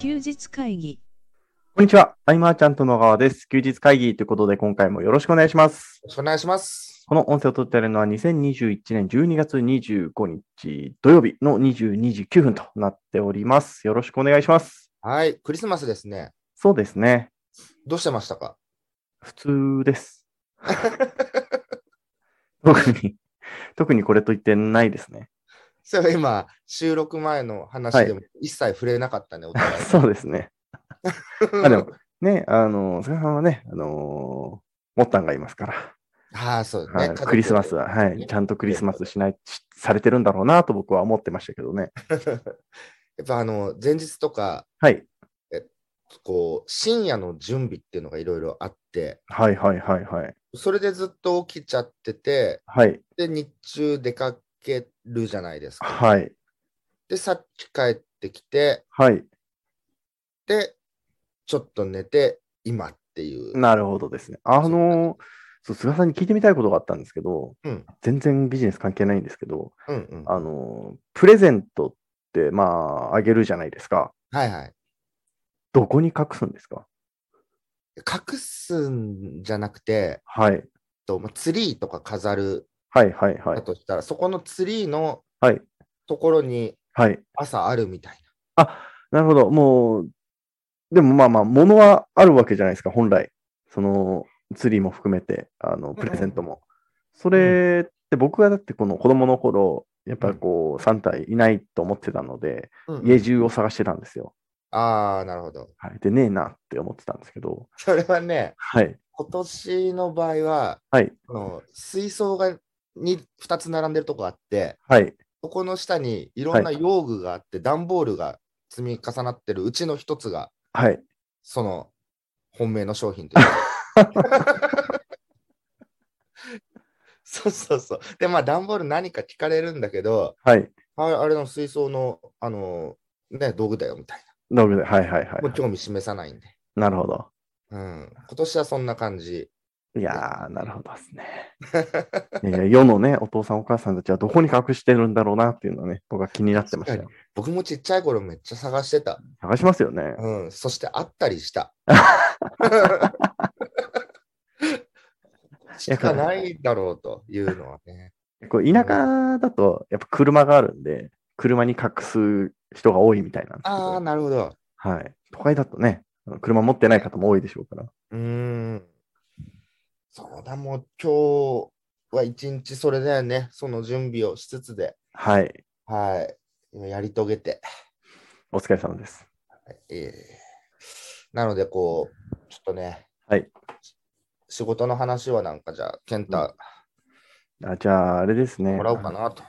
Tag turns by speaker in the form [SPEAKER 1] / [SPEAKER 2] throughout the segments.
[SPEAKER 1] 休日会議。
[SPEAKER 2] こんにちは。アイマーちゃんと野川です。休日会議ということで、今回もよろしくお願いします。
[SPEAKER 3] よろしくお願いします。
[SPEAKER 2] この音声を撮っているのは2021年12月25日土曜日の22時9分となっております。よろしくお願いします。
[SPEAKER 3] はい、クリスマスですね。
[SPEAKER 2] そうですね。
[SPEAKER 3] どうしてましたか
[SPEAKER 2] 普通です。特に、 特にこれと言ってないですね。
[SPEAKER 3] そういえば今、収録前の話でも一切触れなかったね、お互い。
[SPEAKER 2] そうですね。あ でも、ね、あの、菅さんはね、あのモッタンがいますから、
[SPEAKER 3] ああ、そう
[SPEAKER 2] は
[SPEAKER 3] ね
[SPEAKER 2] い。
[SPEAKER 3] 家族
[SPEAKER 2] クリスマスは、はい、ちゃんとクリスマスしない、しされてるんだろうなと僕は思ってましたけどね。
[SPEAKER 3] やっぱあの、前日とか、
[SPEAKER 2] はい。
[SPEAKER 3] こう、深夜の準備っていうのがいろいろあって、
[SPEAKER 2] はいはいはいはい。
[SPEAKER 3] それでずっと起きちゃってて、
[SPEAKER 2] はい。
[SPEAKER 3] で、日中出かけるじゃないですか。
[SPEAKER 2] はい。
[SPEAKER 3] で、さっき帰ってきて、
[SPEAKER 2] はい。
[SPEAKER 3] で、ちょっと寝て、今っていう。
[SPEAKER 2] なるほどですね。あのそう、菅さんに聞いてみたいことがあったんですけど、
[SPEAKER 3] うん
[SPEAKER 2] 全然ビジネス関係ないんですけど、
[SPEAKER 3] うんうん。は
[SPEAKER 2] あのプレゼントって、まあ、あげるじゃないですか。
[SPEAKER 3] いはい。
[SPEAKER 2] どこに隠すんですか
[SPEAKER 3] 隠すんじゃなくて、
[SPEAKER 2] はい。
[SPEAKER 3] とまあツリーとか飾る
[SPEAKER 2] はいはいは
[SPEAKER 3] だ
[SPEAKER 2] い。
[SPEAKER 3] としたら、そこのツリーの
[SPEAKER 2] はい
[SPEAKER 3] ところに
[SPEAKER 2] はい。
[SPEAKER 3] 朝あるみたい
[SPEAKER 2] なるほど。もう、でもまあまあ、物はあるわけじゃないですか、本来。その、ツリーも含めて、あの、プレゼントも。それって僕はだってこの子供の頃、やっぱこう、サンタいないと思ってたので、
[SPEAKER 3] な。
[SPEAKER 2] 家中を探してたんですよ。
[SPEAKER 3] ああ、なるほど。
[SPEAKER 2] はい、で、ねえなって思ってたんですけど、
[SPEAKER 3] それはね、
[SPEAKER 2] はい。
[SPEAKER 3] 今年の場合は、
[SPEAKER 2] はい。
[SPEAKER 3] あの水槽がに2つ並んでるとこあって、
[SPEAKER 2] はい。
[SPEAKER 3] そこの下にいろんな
[SPEAKER 2] はい
[SPEAKER 3] 用具があって、段ボールが積み重なってるうちの一つが、
[SPEAKER 2] はい。
[SPEAKER 3] その本命の商品というか。そうそうそう。で、まあ、段ボール何か聞かれるんだけど、
[SPEAKER 2] はい。
[SPEAKER 3] ああれの水槽の、あのね、道具だよみたい
[SPEAKER 2] なるほど。はいはい
[SPEAKER 3] な。もう
[SPEAKER 2] は
[SPEAKER 3] 興味示さないんで。
[SPEAKER 2] い。なるほど。
[SPEAKER 3] うん。今年はそんな感じ。
[SPEAKER 2] いやー、なるほどですね。いやいや世のね、お父さんお母さんたちはどこに隠してるんだろうなっていうのはね、僕は気になってましたよ。
[SPEAKER 3] 僕もちっちゃい頃めっちゃ探してた。
[SPEAKER 2] 探しますよね。
[SPEAKER 3] うん。そして会ったり した。しかないだろうというのはね。
[SPEAKER 2] こう田舎だと、やっぱ車があるんで、車に隠す人が多いみたいなんですけ
[SPEAKER 3] ああ、
[SPEAKER 2] ど、
[SPEAKER 3] なるほど。
[SPEAKER 2] はい。都会だとね、あの車持ってない方も多いでしょうから。
[SPEAKER 3] うーん。そうだ、もう今日は一日それだよね。その準備をしつつで、
[SPEAKER 2] はい。
[SPEAKER 3] はい。今やり遂げて。
[SPEAKER 2] お疲れ様です。
[SPEAKER 3] ええなので、こう、ちょっとね、
[SPEAKER 2] はい
[SPEAKER 3] し。仕事の話はなんか、じゃあ、健太、
[SPEAKER 2] あじゃあ、あれですね。
[SPEAKER 3] もらおうかなと。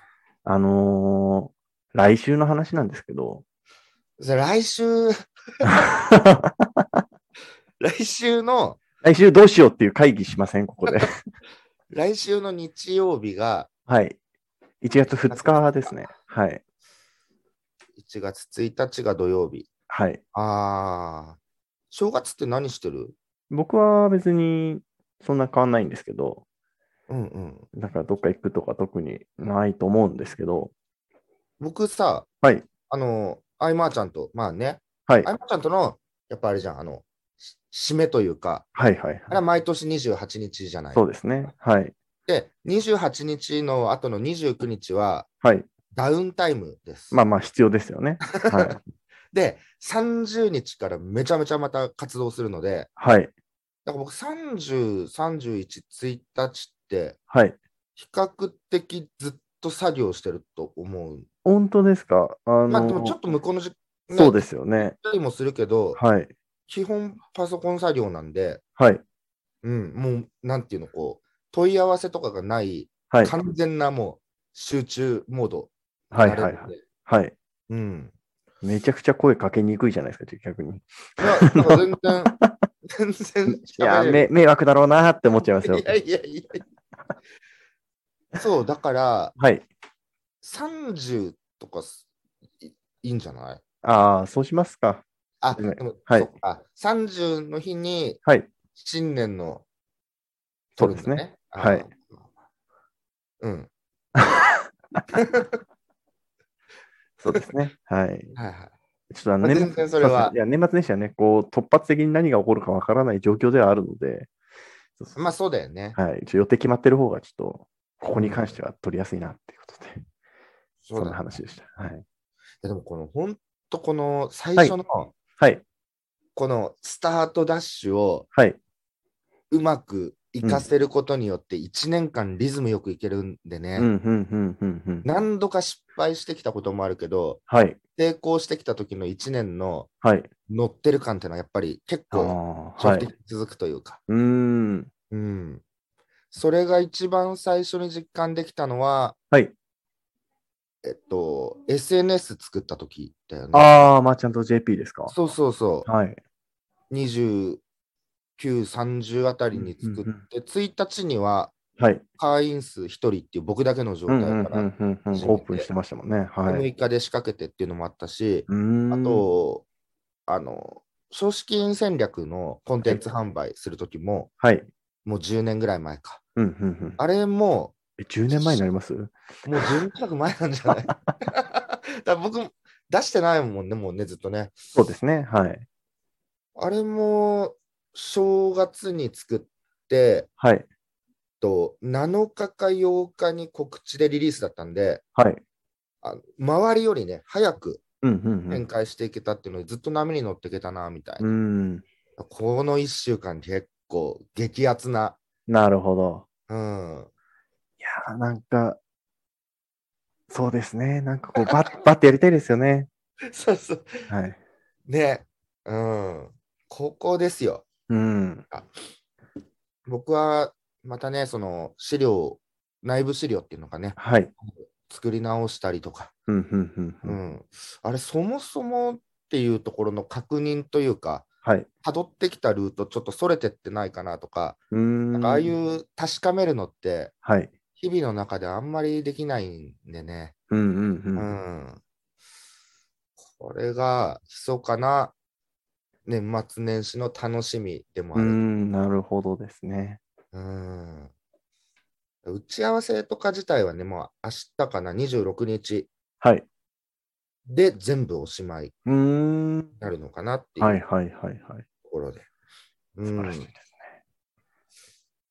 [SPEAKER 2] あのー来週の話なんですけど、
[SPEAKER 3] じゃあ来週、 来週の、
[SPEAKER 2] 来週どうしようっていう会議しません、こ こで。
[SPEAKER 3] 来週の日曜日が
[SPEAKER 2] はい。1月2日ですね。はい。
[SPEAKER 3] 1月1日が土曜日。
[SPEAKER 2] はい。
[SPEAKER 3] ああ、正月って何してる
[SPEAKER 2] 僕は別にそんな変わんないんですけど、
[SPEAKER 3] うんうん。
[SPEAKER 2] だからどっか行くとか特にないと思うんですけど、
[SPEAKER 3] 僕さ、
[SPEAKER 2] はい。
[SPEAKER 3] あの、アイマーちゃんと、まあね、
[SPEAKER 2] はい。
[SPEAKER 3] アイマーちゃんとの、やっぱあれじゃん、あの、し締めというか、
[SPEAKER 2] はいはい
[SPEAKER 3] あれ
[SPEAKER 2] は。
[SPEAKER 3] はい毎年28日じゃない。
[SPEAKER 2] そうですね。はい。
[SPEAKER 3] で、28日の後の29日は
[SPEAKER 2] はい。
[SPEAKER 3] ダウンタイムです。
[SPEAKER 2] まあまあ必要ですよね。はい。
[SPEAKER 3] で、30日からめちゃめちゃまた活動するので、
[SPEAKER 2] はい。
[SPEAKER 3] だから僕30、31、1日って
[SPEAKER 2] はい。
[SPEAKER 3] 比較的ずっと作業してると思う。
[SPEAKER 2] 本当ですかあの、
[SPEAKER 3] まあでもちょっと向こうの時間
[SPEAKER 2] そうですよね。
[SPEAKER 3] もするけど、
[SPEAKER 2] はい。
[SPEAKER 3] 基本パソコン作業なんで、
[SPEAKER 2] はい。
[SPEAKER 3] うん、もうなんていうの、こう、問い合わせとかがない、
[SPEAKER 2] はい。
[SPEAKER 3] 完全なもう集中モードに
[SPEAKER 2] はい
[SPEAKER 3] な
[SPEAKER 2] は
[SPEAKER 3] れる
[SPEAKER 2] い
[SPEAKER 3] んで。
[SPEAKER 2] はい。はい。
[SPEAKER 3] うん。
[SPEAKER 2] めちゃくちゃ声かけにくいじゃないですか、逆に。
[SPEAKER 3] いや、なんか全然、全然
[SPEAKER 2] いや
[SPEAKER 3] 喋れる
[SPEAKER 2] め、迷惑だろうなって思っちゃいますよ
[SPEAKER 3] い。やいやいや。そう、だから、
[SPEAKER 2] はい。
[SPEAKER 3] 30とかすいいいんじゃない
[SPEAKER 2] ああ、そうしますか。
[SPEAKER 3] あ、
[SPEAKER 2] うん
[SPEAKER 3] でも、
[SPEAKER 2] はい
[SPEAKER 3] そっか。30の日に
[SPEAKER 2] はい。
[SPEAKER 3] 新年の、
[SPEAKER 2] そうですね。
[SPEAKER 3] 撮
[SPEAKER 2] は
[SPEAKER 3] るんだ
[SPEAKER 2] い
[SPEAKER 3] ね。あーうん。
[SPEAKER 2] そうですね。はい。
[SPEAKER 3] はいはい。
[SPEAKER 2] ちょっとあの
[SPEAKER 3] まあ
[SPEAKER 2] 年末
[SPEAKER 3] 全然それは
[SPEAKER 2] うですねいや、年末年始はね、こう、突発的に何が起こるかわからない状況ではあるので、そうそう
[SPEAKER 3] まあそうだよね。
[SPEAKER 2] はい、一応予定決まってる方が、ちょっと、ここに関しては取りやすいなっていうことで、
[SPEAKER 3] そ
[SPEAKER 2] そ
[SPEAKER 3] うんだ
[SPEAKER 2] な
[SPEAKER 3] ね
[SPEAKER 2] 話でした。はい。
[SPEAKER 3] でもこの本当この最初の
[SPEAKER 2] はい。
[SPEAKER 3] このスタートダッシュを
[SPEAKER 2] はい。
[SPEAKER 3] うまく活かせることによって1年間リズムよくいけるんでね、
[SPEAKER 2] うん、うん、うん、うん、うん。
[SPEAKER 3] 何度か失敗してきたこともあるけど
[SPEAKER 2] はい。
[SPEAKER 3] 成功してきた時の1年の
[SPEAKER 2] はい。
[SPEAKER 3] 乗ってる感っていうのはやっぱり結
[SPEAKER 2] あ
[SPEAKER 3] 構
[SPEAKER 2] ーは
[SPEAKER 3] 長期
[SPEAKER 2] い。
[SPEAKER 3] 的に続くというか、
[SPEAKER 2] うーん。
[SPEAKER 3] うん、それが一番最初に実感できたのは
[SPEAKER 2] はい。
[SPEAKER 3] えっと SNS 作った時だよね
[SPEAKER 2] ああ、マーチャント JP ですか。
[SPEAKER 3] そうそうそう
[SPEAKER 2] はい。
[SPEAKER 3] 2930あたりに作って、
[SPEAKER 2] うんうん
[SPEAKER 3] 1日には
[SPEAKER 2] はい。
[SPEAKER 3] 会員数1人っていう僕だけの状
[SPEAKER 2] う
[SPEAKER 3] 態
[SPEAKER 2] んう
[SPEAKER 3] か
[SPEAKER 2] んう
[SPEAKER 3] ら、
[SPEAKER 2] んうんうん。オープンしてましたもんね。はい。
[SPEAKER 3] 6日で仕掛けてっていうのもあったし、
[SPEAKER 2] うーん
[SPEAKER 3] あ、と、あの、少子金戦略のコンテンツ販売するときも、
[SPEAKER 2] はい。
[SPEAKER 3] もう10年ぐらい前か。
[SPEAKER 2] うんうんうん。
[SPEAKER 3] あれも、
[SPEAKER 2] え、10年前になります
[SPEAKER 3] もう10年近く前なんじゃない だから僕、出してないもんね、もうね、ずっとね。
[SPEAKER 2] そうですね。はい。
[SPEAKER 3] あれも、正月に作って、
[SPEAKER 2] はい。
[SPEAKER 3] と7日か8日に告知でリリースだったんで、
[SPEAKER 2] はい。
[SPEAKER 3] あ周りよりね、早く
[SPEAKER 2] うんうんうん
[SPEAKER 3] 展。開していけたっていうので、ずっと波に乗っていけたな、みたいな。
[SPEAKER 2] うん。
[SPEAKER 3] この1週間結構激アツな、
[SPEAKER 2] なるほど。
[SPEAKER 3] うん、
[SPEAKER 2] いやー、なんか、そうですね。なんかこ う、ばッ、ばってやりたいですよね。
[SPEAKER 3] そうそう、
[SPEAKER 2] はい。
[SPEAKER 3] ね、うん、ここですよ。
[SPEAKER 2] うん。
[SPEAKER 3] 僕はまたね、その資料、内部資料っていうのがね、
[SPEAKER 2] はい。
[SPEAKER 3] 作り直したりとか、
[SPEAKER 2] うんうんうん
[SPEAKER 3] う
[SPEAKER 2] うん。
[SPEAKER 3] ん、あれ、そもそもっていうところの確認というか、
[SPEAKER 2] はい。
[SPEAKER 3] 辿ってきたルート、ちょっとそれてってないかなとか、
[SPEAKER 2] うーん。
[SPEAKER 3] なんかああい。う確かめるのって、
[SPEAKER 2] はい。
[SPEAKER 3] 日々の中であんまりできないんでね。
[SPEAKER 2] うんうんうん。
[SPEAKER 3] うんこれが、密かな年末年始の楽しみでも
[SPEAKER 2] う
[SPEAKER 3] あ
[SPEAKER 2] ー
[SPEAKER 3] る。
[SPEAKER 2] ん、なるほどですね。
[SPEAKER 3] うん打ち合わせとか自体はね、もう明日かな、26日
[SPEAKER 2] はい。
[SPEAKER 3] で全部おしまい
[SPEAKER 2] うー
[SPEAKER 3] に
[SPEAKER 2] ん。
[SPEAKER 3] なるのかなってい
[SPEAKER 2] はいうはいはいはい。
[SPEAKER 3] ところで。う
[SPEAKER 2] 素晴らしい
[SPEAKER 3] ん
[SPEAKER 2] です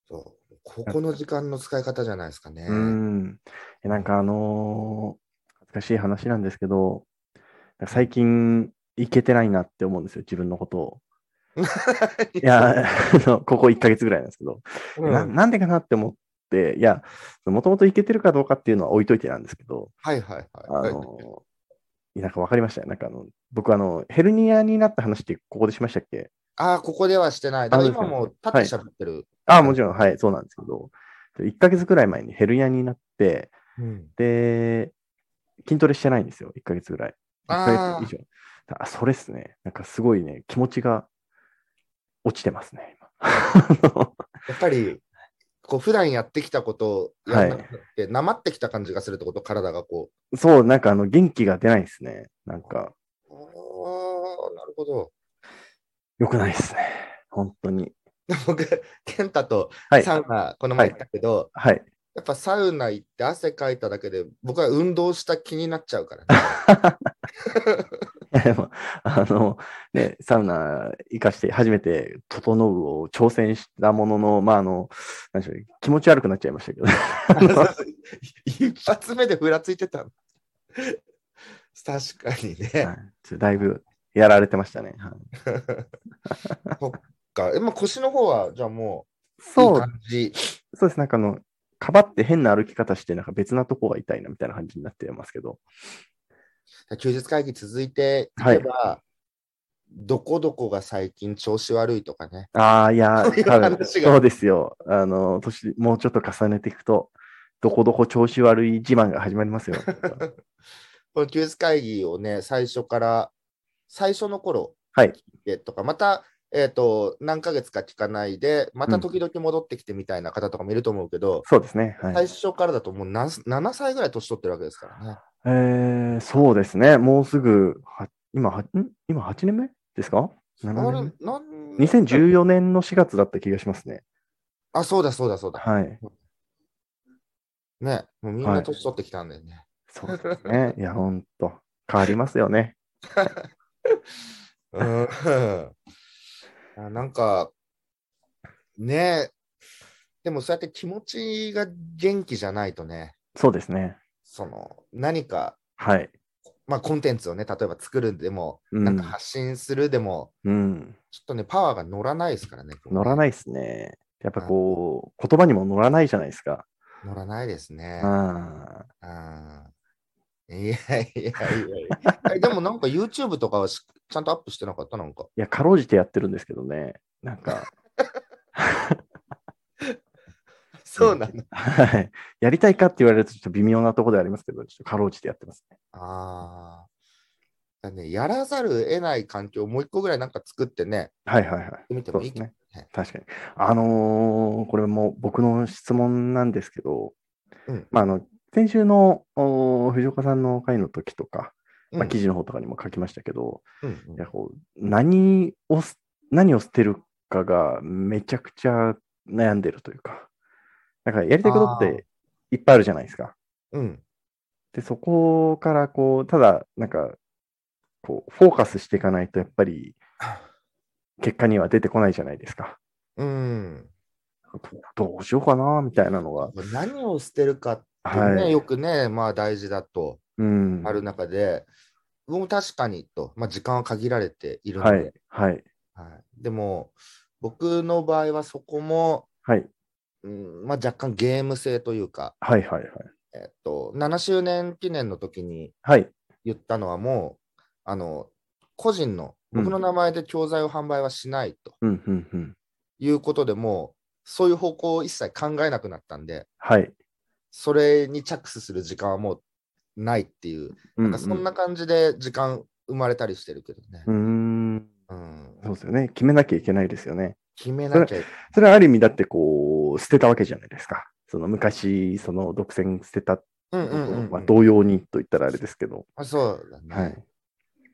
[SPEAKER 3] そうここの時間の使い方じゃないですかね。
[SPEAKER 2] うー ん。えなんかあのー恥ずかしい話なんですけど、なんか最近、いけてないなって思うんですよ、自分のことを。いや、あのここ1ヶ月ぐらいなんですけど、
[SPEAKER 3] うん
[SPEAKER 2] ななんでかなって思って、いや、もともといけてるかどうかっていうのは置いといてなんですけど、
[SPEAKER 3] はいはい
[SPEAKER 2] あ
[SPEAKER 3] はい。
[SPEAKER 2] のーなんか分かりましたよ。なんかあの、僕あの、ヘルニアになった話ってここでしましたっけ
[SPEAKER 3] ああ、ここではしてない。だから今もう立って喋ってる。
[SPEAKER 2] ああ、もちろん、はい、そうなんですけど、1ヶ月ぐらい前にヘルニアになって、
[SPEAKER 3] うん
[SPEAKER 2] で、筋トレしてないんですよ、1ヶ月ぐらい。1ヶ
[SPEAKER 3] あ
[SPEAKER 2] 月以上。あ、それっすね。なんかすごいね、気持ちが落ちてますね、今
[SPEAKER 3] やっぱり、こう普段やってきたことをやんなくなって、なまってきた感じがするってこと、体がこ
[SPEAKER 2] そう、なんかあの、元気が出ないですね。なんか、
[SPEAKER 3] う。ああ、なるほど。
[SPEAKER 2] 良くないですね。本当に。
[SPEAKER 3] 僕、健太と
[SPEAKER 2] はい。
[SPEAKER 3] サウナ、この前行ったけど、
[SPEAKER 2] はい。
[SPEAKER 3] やっぱサウナ行って汗かいただけで、僕は運動した気になっちゃうから、 ね。
[SPEAKER 2] いやでもあの、ね、サウナ行かして、初めて、整うを挑戦したものの、まあ、あの、なんでしょうね、気持ち悪くなっちゃいましたけど。
[SPEAKER 3] 一発目でふらついてたの。確かに
[SPEAKER 2] は
[SPEAKER 3] ね。
[SPEAKER 2] い ちょだいぶやられてましたね。はい
[SPEAKER 3] そっか。えまあ、腰の方は、じゃあもう、いい
[SPEAKER 2] そう、
[SPEAKER 3] 感じ。
[SPEAKER 2] そうです。なんかあの、かばって変な歩き方して、なんか別なとこが痛いなみたいな感じになってますけど。
[SPEAKER 3] 休日会議続いていけば、どこどこが最近調子悪いとかね。
[SPEAKER 2] ああ、いや、
[SPEAKER 3] そういう
[SPEAKER 2] 多分
[SPEAKER 3] 話が
[SPEAKER 2] そうですよ。あの、年、もうちょっと重ねていくと、どこどこ調子悪い自慢が始まります よ。
[SPEAKER 3] この休日会議をね、最初から、最初の頃
[SPEAKER 2] はい
[SPEAKER 3] でとか、また、えっ、と、何ヶ月か聞かないで、また時々戻ってきてみたいな方とかもいると思うけど、
[SPEAKER 2] そうですね。はい。
[SPEAKER 3] 最初からだともう何7歳ぐらい年取ってるわけですからね。
[SPEAKER 2] えー、そうですね。もうすぐ、は今は、ん今8年目ですか ?7
[SPEAKER 3] あれ
[SPEAKER 2] 年
[SPEAKER 3] なん
[SPEAKER 2] 目。2014年の4月だった気がしますね。
[SPEAKER 3] あ、そうだそうだそうだ。
[SPEAKER 2] はい。
[SPEAKER 3] ね、もうみん
[SPEAKER 2] は
[SPEAKER 3] ない年取ってきたんだよね。
[SPEAKER 2] そうですね。いや、ほんと。変わりますよね。
[SPEAKER 3] うん あなんか、ねえ、でもそうやって気持ちが元気じゃないとね、
[SPEAKER 2] そうですね。
[SPEAKER 3] その何か、
[SPEAKER 2] はい。
[SPEAKER 3] まあ、コンテンツをね、例えば作るでも、
[SPEAKER 2] うん
[SPEAKER 3] なんか発信するでも、
[SPEAKER 2] うん。
[SPEAKER 3] ちょっとね、パワーが乗らないですからね。。
[SPEAKER 2] 乗らないいですね。やっぱこう、言葉にも乗らないじゃないですか。
[SPEAKER 3] 乗らないですね。
[SPEAKER 2] あ
[SPEAKER 3] あーいやいやいやいや え。でもなんか YouTube とかはしちゃんとアップしてなかったなんか。
[SPEAKER 2] いや、かろうじてやってるんですけどね。なん か、そうな
[SPEAKER 3] の。
[SPEAKER 2] はい。やりたいかって言われるとちょっと微妙なところではありますけど、ちょっとかろうじてやってますね。
[SPEAKER 3] ああ。だね、やらざるを得ない環境をもう一個ぐらいなんか作ってね、
[SPEAKER 2] はいはいはい。
[SPEAKER 3] 見てもいいけどね。
[SPEAKER 2] 確かに。あのーこれも僕の質問なんですけど、
[SPEAKER 3] うん
[SPEAKER 2] まあ、あの、先週のおー藤岡さんの会の時とか、ま
[SPEAKER 3] う
[SPEAKER 2] あ、
[SPEAKER 3] ん
[SPEAKER 2] 記事の方とかにも書きましたけど、
[SPEAKER 3] うん
[SPEAKER 2] いやこう何をす、何を捨てるかがめちゃくちゃ悩んでるというか、だからやりたいことっていっぱいあるじゃないですか。
[SPEAKER 3] うんうん。
[SPEAKER 2] で、そこからこう、ただ、なんか、こう、フォーカスしていかないと、やっぱり、結果には出てこないじゃないですか。
[SPEAKER 3] うん。
[SPEAKER 2] どうしようかな、みたいなのが。
[SPEAKER 3] 何を捨てるかってね、
[SPEAKER 2] はい
[SPEAKER 3] よくね、まあ大事だと
[SPEAKER 2] うん。
[SPEAKER 3] ある中で、僕も確かにと、まあ時間は限られているので、
[SPEAKER 2] はい、はい、
[SPEAKER 3] はい、でも僕の場合はそこも、
[SPEAKER 2] はい、
[SPEAKER 3] うんまあ、若干ゲーム性というか、
[SPEAKER 2] はい、はい、はい。
[SPEAKER 3] えっと、7周年記念の時に
[SPEAKER 2] はい、
[SPEAKER 3] 言ったのはもうあの個人の
[SPEAKER 2] うん
[SPEAKER 3] 僕の名前で教材を販売はしないと
[SPEAKER 2] うん、うん、うん。
[SPEAKER 3] いうことで、もうそういう方向を一切考えなくなったんで
[SPEAKER 2] はい。
[SPEAKER 3] それに着手する時間はもうないっていう
[SPEAKER 2] な
[SPEAKER 3] なんかそんな感じで時間生まれたりしてるけどね、
[SPEAKER 2] うーん、
[SPEAKER 3] うん
[SPEAKER 2] そうですよね。決めなきゃいけないですよね。
[SPEAKER 3] 決めなきゃい
[SPEAKER 2] それはある意味だってこう、捨てたわけじゃないですか。その昔、その独占捨てた、
[SPEAKER 3] うんうんうんうん
[SPEAKER 2] まあ、同様にと言ったらあれですけど、
[SPEAKER 3] あそうだね、
[SPEAKER 2] はい。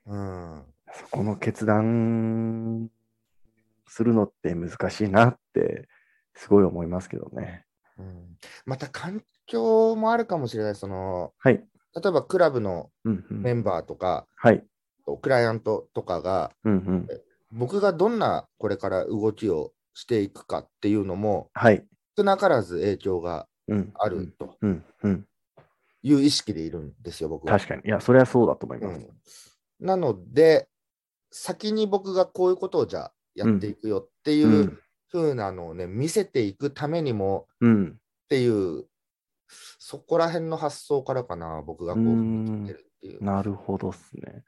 [SPEAKER 3] うん
[SPEAKER 2] そこの決断するのって難しいなって、すごい思いますけどね。
[SPEAKER 3] うんまた環境もあるかもしれない。その
[SPEAKER 2] はい。
[SPEAKER 3] 例えばクラブの
[SPEAKER 2] うんう
[SPEAKER 3] メ
[SPEAKER 2] ん、
[SPEAKER 3] ンバーとか、
[SPEAKER 2] はい。
[SPEAKER 3] クライアントとかが、
[SPEAKER 2] うんうん。
[SPEAKER 3] 僕がどんなこれから動きをしていくかっていうのも、
[SPEAKER 2] はい。
[SPEAKER 3] 少なからず影響が
[SPEAKER 2] うん。
[SPEAKER 3] あると
[SPEAKER 2] うん。うん。
[SPEAKER 3] いう意識でいるんですよ、僕は。
[SPEAKER 2] 確かに。いや、それはそうだと思います。。
[SPEAKER 3] うんなので、先に僕がこういうことをじゃあやっていくよっていううん風なのをね、見せていくためにも
[SPEAKER 2] うん。
[SPEAKER 3] っていう、そこら辺の発想からかな、僕がこう
[SPEAKER 2] うー
[SPEAKER 3] 踏
[SPEAKER 2] ん
[SPEAKER 3] み切ってるっていう。
[SPEAKER 2] なるほどっすね。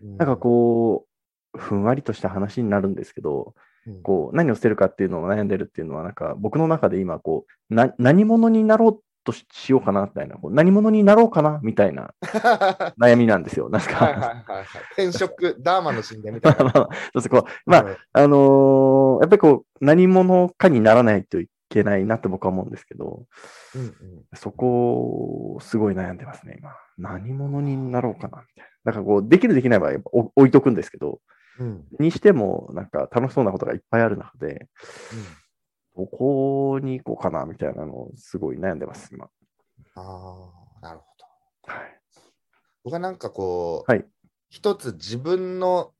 [SPEAKER 3] な
[SPEAKER 2] なんかこう、ふんわりとした話になるんですけど、
[SPEAKER 3] うん
[SPEAKER 2] こう、何を捨てるかっていうのを悩んでるっていうのは、なんか僕の中で今、こう、な何者になろうとししようかなみたいな、こう何者になろうかなみたいな
[SPEAKER 3] は
[SPEAKER 2] 悩みなんですよ。なん
[SPEAKER 3] いはい
[SPEAKER 2] か、
[SPEAKER 3] はいはい。転職、ダーマの神殿みた
[SPEAKER 2] ま
[SPEAKER 3] い
[SPEAKER 2] あま
[SPEAKER 3] な。
[SPEAKER 2] あまあ、 そうですこう、まあ、あのーやっぱりこう、何者かにならないといけないなって僕は思うんですけど、
[SPEAKER 3] うんうん
[SPEAKER 2] そこ、すごい悩んでますね、今。何者になろうかなみたいな。なんかこう、できるできない場合、お置いとくんですけど、
[SPEAKER 3] うんうん
[SPEAKER 2] にしても、なんか楽しそうなことがいっぱいある中で、どこに行こうかなみたいなのをすごい悩んでます、今。
[SPEAKER 3] ああ、なるほど。
[SPEAKER 2] はい。
[SPEAKER 3] 僕はなんかこう、
[SPEAKER 2] はい
[SPEAKER 3] 一つ自分の、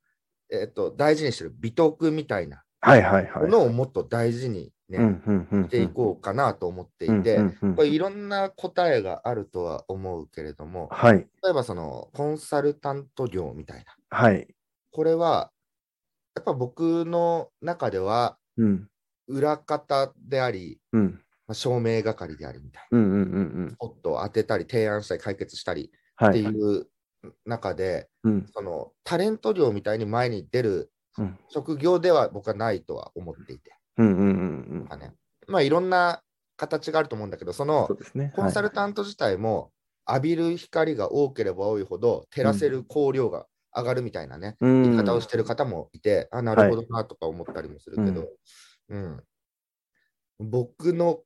[SPEAKER 3] えっと大事にしてる美徳みたいな
[SPEAKER 2] はいはい
[SPEAKER 3] も
[SPEAKER 2] はい。
[SPEAKER 3] のをもっと大事にね、
[SPEAKER 2] うんうんうんうん。
[SPEAKER 3] していこうかなと思っていて、
[SPEAKER 2] うんうんうん
[SPEAKER 3] これいろんな答えがあるとは思うけれども、
[SPEAKER 2] はい。
[SPEAKER 3] 例えばそのコンサルタント業みたいな、
[SPEAKER 2] はい。
[SPEAKER 3] これはやっぱ僕の中では
[SPEAKER 2] うん。
[SPEAKER 3] 裏方であり、
[SPEAKER 2] うん。
[SPEAKER 3] まあ、照明係でありみたいな、
[SPEAKER 2] うんうんうんうん。
[SPEAKER 3] ポットを当てたり、提案したり、解決したり
[SPEAKER 2] は
[SPEAKER 3] って
[SPEAKER 2] い。
[SPEAKER 3] いう中で、
[SPEAKER 2] うん。
[SPEAKER 3] そのタレント業みたいに前に出る
[SPEAKER 2] うん
[SPEAKER 3] 職業では僕はないとは思っていて、
[SPEAKER 2] うんうんうん
[SPEAKER 3] まあねまあ、いろんな形があると思うんだけど、そ
[SPEAKER 2] うん。
[SPEAKER 3] の
[SPEAKER 2] そうですね。
[SPEAKER 3] コンサルタント自体も浴びる光が多ければ多いほど照らせる光量が上がるみたいなね、
[SPEAKER 2] トの
[SPEAKER 3] 言い方をしてる方もいて、あ、なるほどなとか思ったりもするけど、うん僕の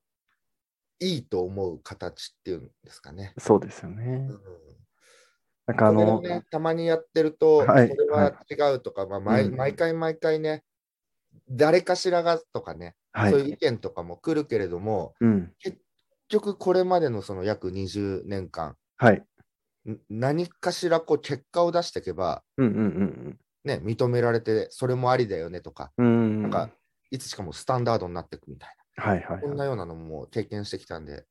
[SPEAKER 3] いいと思う形っていうんですかね。
[SPEAKER 2] そうですよね
[SPEAKER 3] う。ん
[SPEAKER 2] なんかあ
[SPEAKER 3] こ
[SPEAKER 2] の、
[SPEAKER 3] れをね、たまにやってると、
[SPEAKER 2] はい
[SPEAKER 3] それは違うとか、まあ毎
[SPEAKER 2] うん
[SPEAKER 3] 毎回毎回ね、誰かしらがとかね、
[SPEAKER 2] は
[SPEAKER 3] そういう意
[SPEAKER 2] い。
[SPEAKER 3] 見とかも来るけれども、
[SPEAKER 2] うん。
[SPEAKER 3] 結局これまでのその約20年間、
[SPEAKER 2] はい。
[SPEAKER 3] ん何かしらこう結果を出していけば、
[SPEAKER 2] うんうんうんうん。
[SPEAKER 3] ね、認められて、それもありだよねとか、
[SPEAKER 2] うん。
[SPEAKER 3] なんか、いつしかもうスタンダードになっていくみたい
[SPEAKER 2] はいはい、
[SPEAKER 3] な、こん
[SPEAKER 2] は。
[SPEAKER 3] ないようなのも経験してきたんで、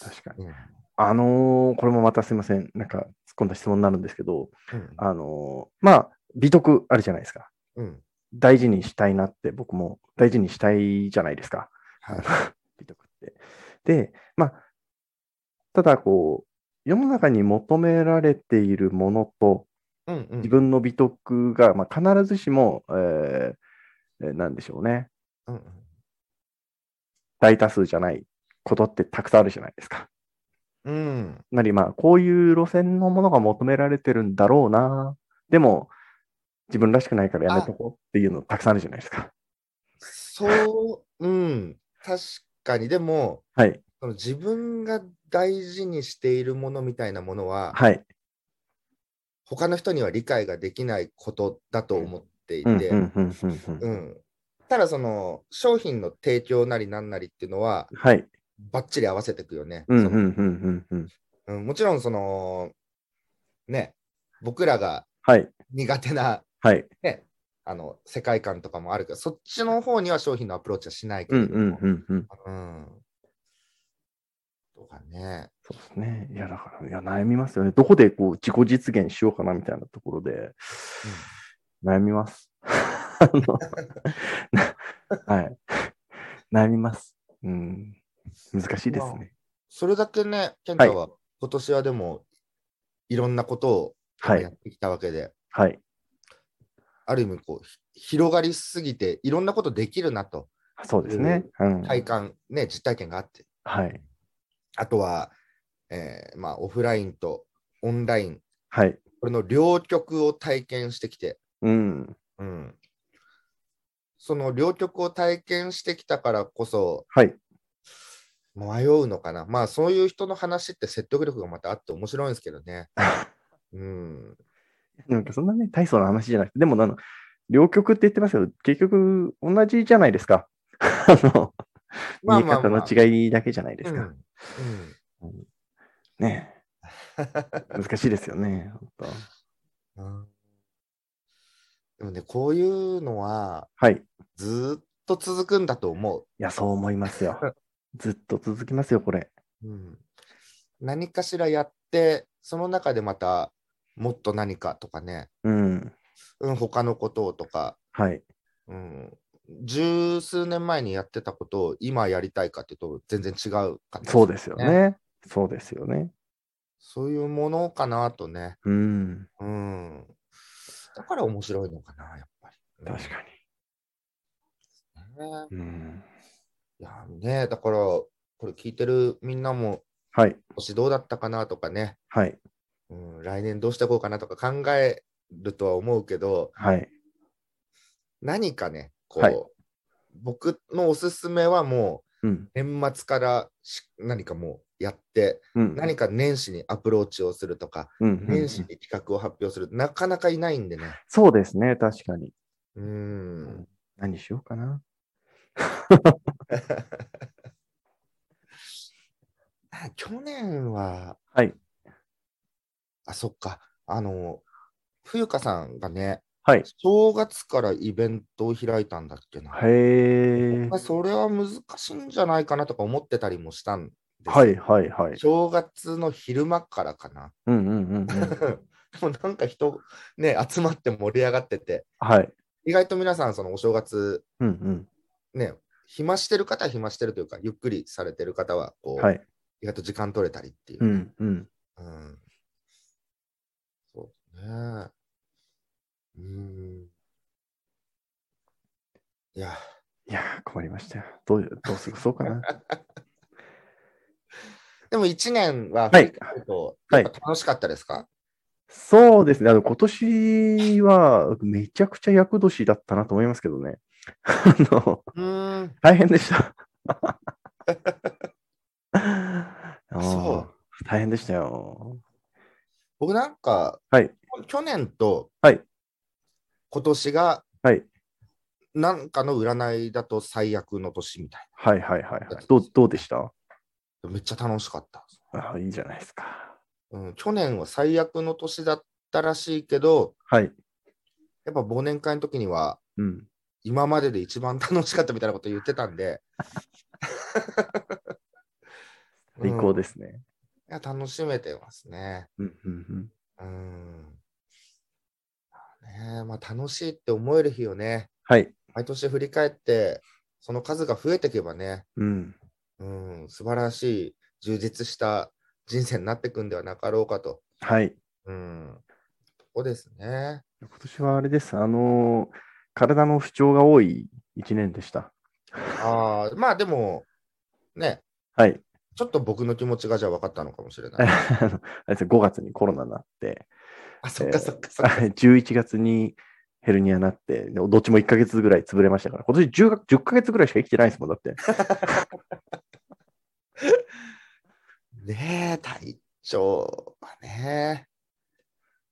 [SPEAKER 2] 確かに。
[SPEAKER 3] うん
[SPEAKER 2] あのーこれもまたすいません。なんか、突っ込んだ質問になるんですけど、
[SPEAKER 3] うん
[SPEAKER 2] あのーまあ、美徳あるじゃないですか。
[SPEAKER 3] うん
[SPEAKER 2] 大事にしたいなって、僕も大事にしたいじゃないですか。
[SPEAKER 3] は
[SPEAKER 2] あの美徳って。 で、まあ、ただこう、世の中に求められているものと、
[SPEAKER 3] いうんうん
[SPEAKER 2] 自分の美徳が、まあ、必ずしも、えーえーなんでしょうね、
[SPEAKER 3] うんうん
[SPEAKER 2] 大多数じゃないことってたくさんあるじゃないですか。
[SPEAKER 3] うん
[SPEAKER 2] なり、まあ、こういう路線のものが求められてるんだろうな。でも、自分らしくないからやめとこうっていうのたくさんあるじゃないですか。
[SPEAKER 3] そう、うん、確かに、でも、
[SPEAKER 2] はい。
[SPEAKER 3] その自分が大事にしているものみたいなものは、
[SPEAKER 2] はい。
[SPEAKER 3] 他の人には理解ができないことだと思ってい
[SPEAKER 2] うん、
[SPEAKER 3] て、
[SPEAKER 2] うん、うん、うんう。
[SPEAKER 3] うんんただその商品の提供なりなんなりっていうのは
[SPEAKER 2] はい。
[SPEAKER 3] バッチリ合わせていくよね。
[SPEAKER 2] うん、
[SPEAKER 3] そ
[SPEAKER 2] うん、う
[SPEAKER 3] の
[SPEAKER 2] ん、うんうん。
[SPEAKER 3] うんもちろんそのね僕らが
[SPEAKER 2] はい。
[SPEAKER 3] 苦手な
[SPEAKER 2] はい。
[SPEAKER 3] あの世界観とかもあるからそっちの方には商品のアプローチはしないけ
[SPEAKER 2] うん、
[SPEAKER 3] れ
[SPEAKER 2] う
[SPEAKER 3] ども、
[SPEAKER 2] ん、うん、うん。
[SPEAKER 3] うんとかね。
[SPEAKER 2] そうですね。いや、だから、いや、悩みますよね。どこでこう自己実現しようかなみたいなところで、悩み ます。あのなはい。悩みます。うん。難しいですね。
[SPEAKER 3] それだけね、健太は今年はでもいろんなことを
[SPEAKER 2] はい
[SPEAKER 3] や。ってきたわけで、
[SPEAKER 2] はい。
[SPEAKER 3] ある意味こうひ広がりすぎていろんなことできるなと
[SPEAKER 2] そうですね。うん。は
[SPEAKER 3] 体
[SPEAKER 2] い。
[SPEAKER 3] 感、ね、実体験があって
[SPEAKER 2] はい。
[SPEAKER 3] あとは、えーまあ、オフラインとオンラインこれの両極を体験してきて、
[SPEAKER 2] うん。
[SPEAKER 3] うん、その両極を体験してきたからこそ
[SPEAKER 2] はい。
[SPEAKER 3] 迷うのかなまあそういう人の話って説得力がまたあって面白いんですけど ね。うん、
[SPEAKER 2] なんかそんなね、大層な話じゃなくて、でも、あの、両極って言ってますけど、結局、同じじゃないですか。 あの、
[SPEAKER 3] まあ
[SPEAKER 2] 見え
[SPEAKER 3] まあ
[SPEAKER 2] 方
[SPEAKER 3] まあ
[SPEAKER 2] の違いだけじゃないで
[SPEAKER 3] う
[SPEAKER 2] す
[SPEAKER 3] ん
[SPEAKER 2] か。
[SPEAKER 3] うん
[SPEAKER 2] ね。難しいですよね。本当
[SPEAKER 3] うんでもねこういうのは
[SPEAKER 2] はい。
[SPEAKER 3] ずーっと続くんだと思う。
[SPEAKER 2] いや、そう思いますよ。ずっと続きますよ、これ。
[SPEAKER 3] うん、何かしらやってその中でまたもっと何かとかね、
[SPEAKER 2] うん。
[SPEAKER 3] うん、他のことをとか、
[SPEAKER 2] はい。
[SPEAKER 3] うん、十数年前にやってたことを今やりたいかっていうと全然違うか
[SPEAKER 2] そうですよね。そうですよね。
[SPEAKER 3] そういうものかなとね、
[SPEAKER 2] うん。
[SPEAKER 3] うん、だから面白いのかなやっぱり。
[SPEAKER 2] 確か
[SPEAKER 3] に、ね
[SPEAKER 2] に。うん。
[SPEAKER 3] いやねだからこれ聞いてるみんなも
[SPEAKER 2] はい。
[SPEAKER 3] 今年どうだったかなとかね、
[SPEAKER 2] はい。
[SPEAKER 3] うん、来年どうしていこうかなとか考えるとは思うけど、
[SPEAKER 2] はい。
[SPEAKER 3] 何かね、こう、
[SPEAKER 2] はい
[SPEAKER 3] 僕のおすすめはも
[SPEAKER 2] うん。
[SPEAKER 3] う年末からし何かもうやって、
[SPEAKER 2] うん。
[SPEAKER 3] 何か年始にアプローチをするとか、
[SPEAKER 2] うんうんう
[SPEAKER 3] 年始
[SPEAKER 2] ん。
[SPEAKER 3] に企画を発表する、なかなかいないんでね。
[SPEAKER 2] そうですね。確かに。
[SPEAKER 3] うーん。
[SPEAKER 2] 何しようかな。
[SPEAKER 3] 去年は、
[SPEAKER 2] はい。
[SPEAKER 3] あ、そっか、あの、冬香さんがね、
[SPEAKER 2] はい。
[SPEAKER 3] 正月からイベントを開いたんだっけな。
[SPEAKER 2] へえ。
[SPEAKER 3] まあそれは難しいんじゃないかなとか思ってたりもしたんですよ
[SPEAKER 2] はいはいはい。
[SPEAKER 3] 正月の昼間からかな。
[SPEAKER 2] うんうん うんうん。
[SPEAKER 3] でもなんか人、ね、集まって盛り上がってて、
[SPEAKER 2] はい。
[SPEAKER 3] 意外と皆さん、そのお正月、
[SPEAKER 2] うん
[SPEAKER 3] ね、暇してる方は暇してるというか、ゆっくりされてる方はこ
[SPEAKER 2] うん。
[SPEAKER 3] う、
[SPEAKER 2] はい。
[SPEAKER 3] 意外と時間取れたりっていうう。
[SPEAKER 2] んうん。
[SPEAKER 3] うんそうね。うん。いや、
[SPEAKER 2] いやー、困りましたよ。どう、どう過ごそうかな。
[SPEAKER 3] でも1年は
[SPEAKER 2] は
[SPEAKER 3] 振
[SPEAKER 2] い
[SPEAKER 3] り返ると、
[SPEAKER 2] はい
[SPEAKER 3] やっぱ楽しかったですか、
[SPEAKER 2] そうですね。あの、今年はめちゃくちゃ厄年だったなと思いますけどね。 あの、
[SPEAKER 3] うーん。
[SPEAKER 2] 大変で した。あ
[SPEAKER 3] そ
[SPEAKER 2] ー大変でしたよ。
[SPEAKER 3] 僕なんか、
[SPEAKER 2] はい
[SPEAKER 3] 去年と、
[SPEAKER 2] はい
[SPEAKER 3] 今年が
[SPEAKER 2] はい。
[SPEAKER 3] なんかの占いだと最悪の年みたい
[SPEAKER 2] はいはいはい、はい。どう、どうでした
[SPEAKER 3] な。めっちゃ楽しかった。
[SPEAKER 2] あーいいじゃないですか。
[SPEAKER 3] うん、去年は最悪の年だったらしいけど、
[SPEAKER 2] はい。
[SPEAKER 3] やっぱ忘年会の時には、
[SPEAKER 2] うん。
[SPEAKER 3] 今までで一番楽しかったみたいなこと言ってたんで。
[SPEAKER 2] 最高
[SPEAKER 3] うんい
[SPEAKER 2] ですね。
[SPEAKER 3] や楽しめてますね。
[SPEAKER 2] うん、うん、うん。
[SPEAKER 3] うん。ねえまあ、楽しいって思える日をね、
[SPEAKER 2] はい。
[SPEAKER 3] 毎年振り返って、その数が増えていけばね、
[SPEAKER 2] うん。
[SPEAKER 3] うん、素晴らしい、充実した人生になっていくんではなかろうかと。
[SPEAKER 2] はい。
[SPEAKER 3] うん。そこですね。
[SPEAKER 2] 今年はあれです。あのー体の不調が多い一年でした。
[SPEAKER 3] ああ、まあでも、ね、
[SPEAKER 2] はい。
[SPEAKER 3] ちょっと僕の気持ちがじゃあ分かったのかもしれ
[SPEAKER 2] あ
[SPEAKER 3] ない。
[SPEAKER 2] のあれです5月にコロナになって、
[SPEAKER 3] あ、そっかそっかそっか。
[SPEAKER 2] 11月にヘルニアになって、でどっちも1ヶ月ぐらい潰れましたから、今年 10, が10ヶ月ぐらいしか生きてないですもん、だ って。
[SPEAKER 3] ねえ、体調はね。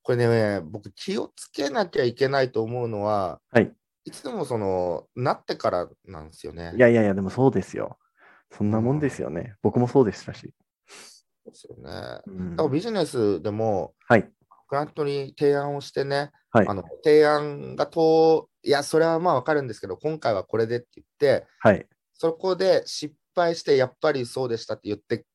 [SPEAKER 3] これね、僕気をつけなきゃいけないと思うのは、
[SPEAKER 2] はい、
[SPEAKER 3] つもその、なってからなんですよね。
[SPEAKER 2] いやいやいや、でもそうですよ。そんなもんですよね。僕もそうでしたし。
[SPEAKER 3] そうですよね。だ
[SPEAKER 2] うん
[SPEAKER 3] からビジネスでも、
[SPEAKER 2] はい。
[SPEAKER 3] クライアントに提案をしてね、
[SPEAKER 2] はい
[SPEAKER 3] あ。の提案が通、いや、それはまあわかるんですけど、今回はこれでって言って、
[SPEAKER 2] はい。
[SPEAKER 3] そこで失敗して、やっぱりそうでしたって言って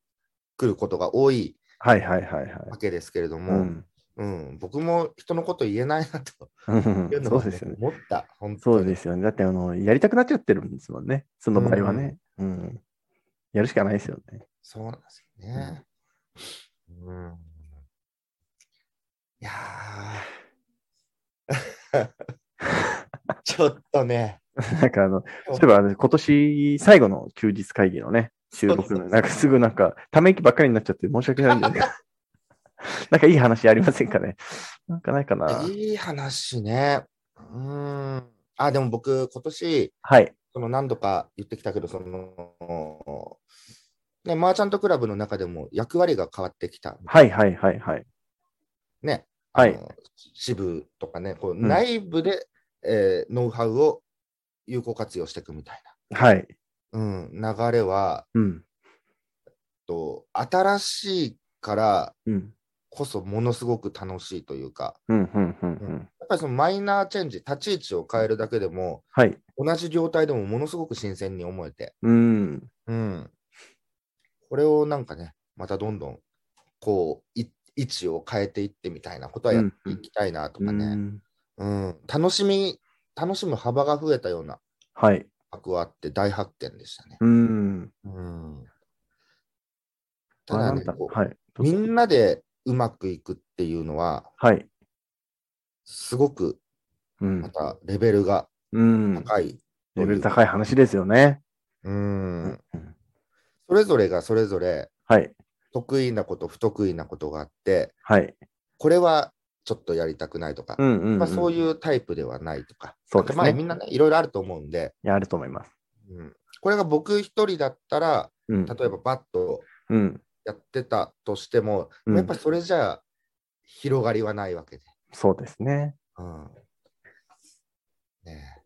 [SPEAKER 3] くることが多い
[SPEAKER 2] はいはいはいはい。
[SPEAKER 3] わけですけれど
[SPEAKER 2] う
[SPEAKER 3] も、
[SPEAKER 2] ん。
[SPEAKER 3] うん、僕も人のこと言えないなというの
[SPEAKER 2] そ
[SPEAKER 3] は
[SPEAKER 2] うですよね。
[SPEAKER 3] 思った、本当
[SPEAKER 2] そ
[SPEAKER 3] に。
[SPEAKER 2] うですよね。だって、あの、やりたくなっちゃってるんですもんね。その場合はね。うん。やるしかないですよ ね。
[SPEAKER 3] そうなんですよね。うん、いやー ちょっとね、
[SPEAKER 2] なんかあの、そういえばあの今年最後の休日会議のね、収録
[SPEAKER 3] そうそうそ
[SPEAKER 2] の、
[SPEAKER 3] う
[SPEAKER 2] なんかすぐなんか、ため息ばっかりになっちゃって申し訳ないん だよね。なんかいい話ありませんかねなんかないかな。
[SPEAKER 3] いい話ね。うん。あ、でも僕、今年、
[SPEAKER 2] はい。
[SPEAKER 3] その何度か言ってきたけど、その、ね、マーチャントクラブの中でも役割が変わってきた。
[SPEAKER 2] はいはいはいはい。
[SPEAKER 3] ね、
[SPEAKER 2] はい
[SPEAKER 3] あの支部とかね、こうん内部で、えーノウハウを有効活用していくみたい
[SPEAKER 2] はい。
[SPEAKER 3] な、うん、流れは
[SPEAKER 2] うん。
[SPEAKER 3] と、新しいから
[SPEAKER 2] うん。
[SPEAKER 3] こそものすごく楽しいというか、
[SPEAKER 2] うん。うん。うん。うん
[SPEAKER 3] やっぱりそのマイナーチェンジ、立ち位置を変えるだけでも、
[SPEAKER 2] はい。
[SPEAKER 3] 同じ業態でもものすごく新鮮に思えて、
[SPEAKER 2] うん。
[SPEAKER 3] うん、これをなんかね、またどんどんこうい位置を変えていってみたいなことはやっていきたいなとかね。
[SPEAKER 2] うん。
[SPEAKER 3] うん、楽しみ、楽しむ幅が増えたような
[SPEAKER 2] はい。
[SPEAKER 3] 箱はあって大発見でしたね。
[SPEAKER 2] うん。
[SPEAKER 3] うん、た
[SPEAKER 2] あ
[SPEAKER 3] だ
[SPEAKER 2] なん
[SPEAKER 3] ね、
[SPEAKER 2] だ
[SPEAKER 3] こう
[SPEAKER 2] はい。どう
[SPEAKER 3] み
[SPEAKER 2] ぞ
[SPEAKER 3] んなでうまくいくっていうのは、
[SPEAKER 2] はい。
[SPEAKER 3] すごく
[SPEAKER 2] う
[SPEAKER 3] ま
[SPEAKER 2] ん。
[SPEAKER 3] たレベルが
[SPEAKER 2] うん。
[SPEAKER 3] 高い。
[SPEAKER 2] レベル高い話ですよね。
[SPEAKER 3] うん、
[SPEAKER 2] うん
[SPEAKER 3] それぞれがそれぞれ
[SPEAKER 2] はい。
[SPEAKER 3] 得意なこと、不得意なことがあって、
[SPEAKER 2] はい。
[SPEAKER 3] これはちょっとやりたくないとか、
[SPEAKER 2] うん。うん。
[SPEAKER 3] まあ、そ
[SPEAKER 2] う
[SPEAKER 3] う
[SPEAKER 2] ん。い
[SPEAKER 3] いうタイプではないとか、
[SPEAKER 2] そうですね
[SPEAKER 3] なんかまあみんなね、いろいろあると思うんで、
[SPEAKER 2] やあると思います。
[SPEAKER 3] うん、これが僕一人だったら、
[SPEAKER 2] うん。
[SPEAKER 3] 例えばバッと
[SPEAKER 2] うん。
[SPEAKER 3] やってたとしても、
[SPEAKER 2] うん
[SPEAKER 3] やっぱそれじゃあ広がりはないわけで。
[SPEAKER 2] そうですね。
[SPEAKER 3] うんねえ、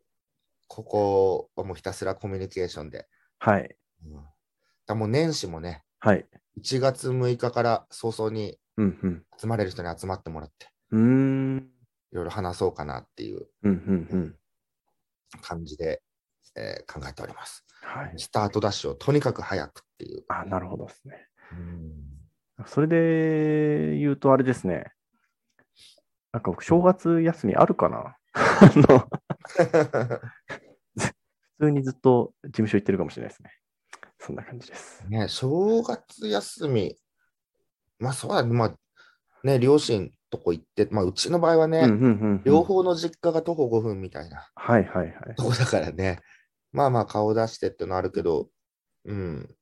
[SPEAKER 3] ここはもうひたすらコミュニケーションで。
[SPEAKER 2] はい。
[SPEAKER 3] うん、だからもう年始もね、
[SPEAKER 2] はい。
[SPEAKER 3] 1月6日から早々に
[SPEAKER 2] うんうん。
[SPEAKER 3] 集まれる人に集まってもらって、
[SPEAKER 2] うーん。
[SPEAKER 3] いろいろ話そうかなっていう
[SPEAKER 2] うんうんうん。
[SPEAKER 3] 感じで、えー考えております。
[SPEAKER 2] はい。
[SPEAKER 3] スタートダッシュをとにかく早くっていう。
[SPEAKER 2] あ、なるほどですね。それで言うとあれですね。なんか僕、正月休みあるか なあの、普通にずっと事務所行ってるかもしれないですね。そんな感じです。
[SPEAKER 3] ね、正月休み、まあそうだね、まあね、両親とこ行って、まあうちの場合はね、
[SPEAKER 2] うんうんうんうん。
[SPEAKER 3] 両。方の実家が徒歩5分みたいな
[SPEAKER 2] はいはいはい。
[SPEAKER 3] とこだからね、まあまあ顔出してってのあるけど、うん。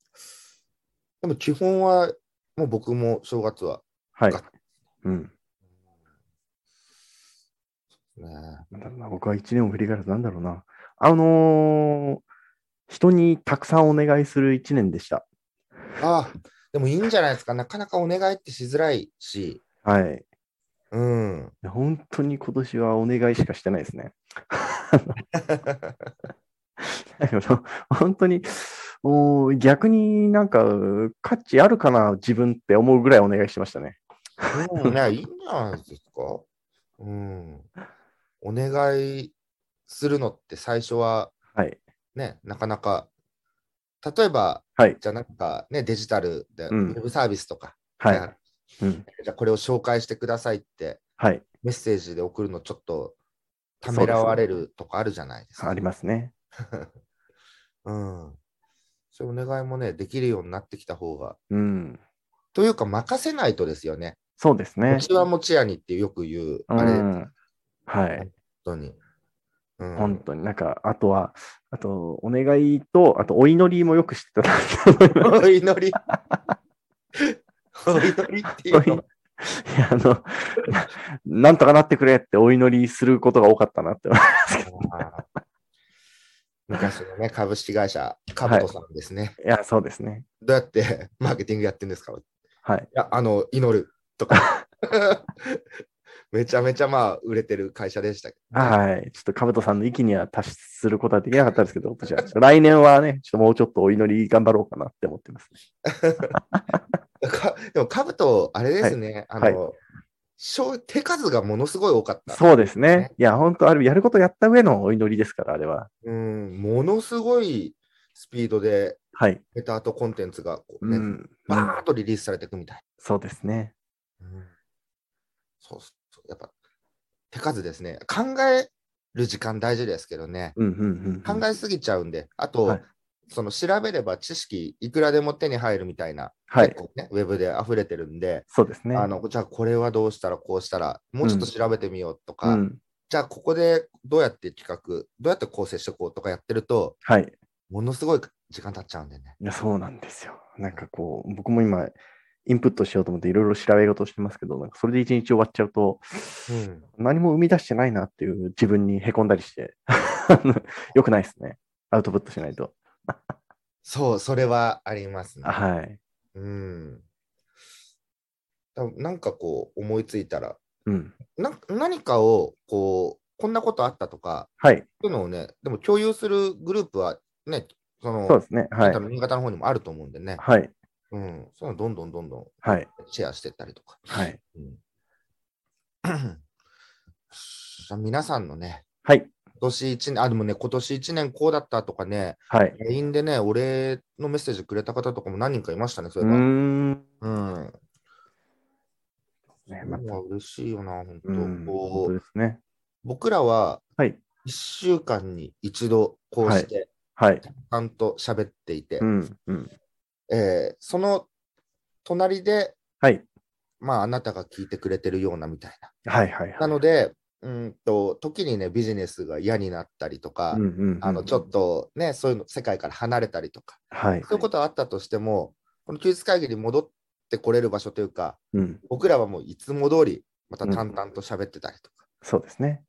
[SPEAKER 3] でも基本は、もう僕も正月は、
[SPEAKER 2] はい
[SPEAKER 3] が。
[SPEAKER 2] うん。
[SPEAKER 3] ね、
[SPEAKER 2] なんだろうな、僕は一年を振り返るとなんだろうな。あのー人にたくさんお願いする一年でした。
[SPEAKER 3] ああ、でもいいんじゃないですか、なかなかお願いってしづらいし、
[SPEAKER 2] はい。
[SPEAKER 3] うん。
[SPEAKER 2] 本当に今年はお願いしかしてないですね。 だけど、本当に、おー逆になんか、価値あるかな、自分って思うぐらいお願いしてましたね。
[SPEAKER 3] うん、ね、いいんじゃないですか。うん。お願いするのって最初は
[SPEAKER 2] はい。
[SPEAKER 3] ね、なかなか、例えば、
[SPEAKER 2] はい
[SPEAKER 3] じゃあなんかね、デジタルで、
[SPEAKER 2] うん
[SPEAKER 3] ウェブサービスとか、じ
[SPEAKER 2] は
[SPEAKER 3] ゃ
[SPEAKER 2] い。うん。
[SPEAKER 3] あじゃあこれを紹介してくださいって
[SPEAKER 2] はい。
[SPEAKER 3] メッセージで送るのちょっとためらわれるとかあるじゃないですか。
[SPEAKER 2] ありますね。
[SPEAKER 3] うん。そういうお願いもね、できるようになってきた方が。
[SPEAKER 2] うん。
[SPEAKER 3] というか、任せないとですよね。
[SPEAKER 2] そうですね
[SPEAKER 3] 持。ちは持ちやにってよく言う、
[SPEAKER 2] う
[SPEAKER 3] あれ、本
[SPEAKER 2] ん。はい。
[SPEAKER 3] 当に。うん
[SPEAKER 2] 本当になんか、あとは、あと、お願いと、あと、お祈りもよくしてたなと思います。
[SPEAKER 3] お祈 り。お祈りっていうの。
[SPEAKER 2] いや、あの、ななんとかなってくれってお祈りすることが多かったなって。
[SPEAKER 3] あー 昔のね、株式会社、カブトさんですね。
[SPEAKER 2] いや、そうですね。
[SPEAKER 3] どうやってマーケティングやってんですかい
[SPEAKER 2] はい。
[SPEAKER 3] や、あの、祈るとか。 めちゃめちゃまあ、売れてる会社でしたけどね、
[SPEAKER 2] はい。ちょっと、かぶとさんの域には達することはできなかったですけど、私 は、ちょっと来年はね、ちょっともうちょっとお祈り頑張ろうかなって思ってます。
[SPEAKER 3] かでも、兜あれですね、あの、小手数がものすごい多かった。
[SPEAKER 2] そうですね
[SPEAKER 3] ね。
[SPEAKER 2] いや、本当あれ、やることやった上のお祈りですから、あれは。
[SPEAKER 3] うん、ものすごいスピードで、
[SPEAKER 2] はい。
[SPEAKER 3] メタアートコンテンツがこう
[SPEAKER 2] う
[SPEAKER 3] ね、
[SPEAKER 2] ん。
[SPEAKER 3] バーッとリリースされていくみたい。
[SPEAKER 2] そうですね。
[SPEAKER 3] そうそう。やっぱ、手数ですね。考える時間大事ですけどね。
[SPEAKER 2] うん、うん、う
[SPEAKER 3] 考
[SPEAKER 2] ん。
[SPEAKER 3] えすぎちゃうんで、あと、
[SPEAKER 2] はい
[SPEAKER 3] その調べれば知識いくらでも手に入るみたいな、
[SPEAKER 2] はい
[SPEAKER 3] 結。構ね、ウェブで溢れてるんで、
[SPEAKER 2] そうですね。
[SPEAKER 3] あのじゃあこれはどうしたらこうしたら、もうちょっと調べてみようと
[SPEAKER 2] う
[SPEAKER 3] か、
[SPEAKER 2] ん。
[SPEAKER 3] じゃあここでどうやって企画、どうやって構成していこうとかやってると、
[SPEAKER 2] はい。
[SPEAKER 3] ものすごい時間経っちゃうんでね。
[SPEAKER 2] いや、そうなんですよ。なんかこう、僕も今、インプットしようと思っていろいろ調べようとしてますけど、なんかそれで一日終わっちゃうと、
[SPEAKER 3] うん、
[SPEAKER 2] 何も生み出してないなっていう自分にへこんだりして、 よくないですね。アウトプットしないと。
[SPEAKER 3] そう、それはありますね。
[SPEAKER 2] はい。
[SPEAKER 3] うん、だなんかこう、思いついたら、
[SPEAKER 2] うん。
[SPEAKER 3] な何かをこう、こんなことあったとか、
[SPEAKER 2] はい。
[SPEAKER 3] そういうのをね、でも共有するグループはね、その、
[SPEAKER 2] そうですね。はい
[SPEAKER 3] 多。分新潟の方にもあると思うんでね、
[SPEAKER 2] はい。
[SPEAKER 3] うん、そういうのどんどんどんどん
[SPEAKER 2] はい。
[SPEAKER 3] シェアしてったりとか。
[SPEAKER 2] はい。
[SPEAKER 3] うん、 じゃあ皆さんのね、
[SPEAKER 2] はい。
[SPEAKER 3] 今年一年、あ、でもね、今年一年こうだったとかね、
[SPEAKER 2] はい。
[SPEAKER 3] LINE でね、俺のメッセージくれた方とかも何人かいましたね、そうう
[SPEAKER 2] ー
[SPEAKER 3] いえ
[SPEAKER 2] ん。
[SPEAKER 3] ば。うん。う
[SPEAKER 2] ねまた
[SPEAKER 3] わ嬉しいよな、本当、
[SPEAKER 2] うん本
[SPEAKER 3] こ
[SPEAKER 2] 当
[SPEAKER 3] う
[SPEAKER 2] ですね。
[SPEAKER 3] 僕らは
[SPEAKER 2] はい。
[SPEAKER 3] 1週間に一度こうして、
[SPEAKER 2] はい。
[SPEAKER 3] ちゃんと喋っていて、
[SPEAKER 2] うん。うん。
[SPEAKER 3] えーその隣で、
[SPEAKER 2] はい。
[SPEAKER 3] まあ、あなたが聞いてくれてるようなみたいな。
[SPEAKER 2] はい。はい。
[SPEAKER 3] なので、うんと、時にね、ビジネスが嫌になったりとか、
[SPEAKER 2] うんうんうん
[SPEAKER 3] あのちょっとね、そういうの、世界から離れたりとか、
[SPEAKER 2] はい。
[SPEAKER 3] そういうことはあったとしても、この休日会議に戻ってこれる場所というか、
[SPEAKER 2] うん。
[SPEAKER 3] 僕らはもういつも通り、また淡々と喋ってたりとか、
[SPEAKER 2] そうですね。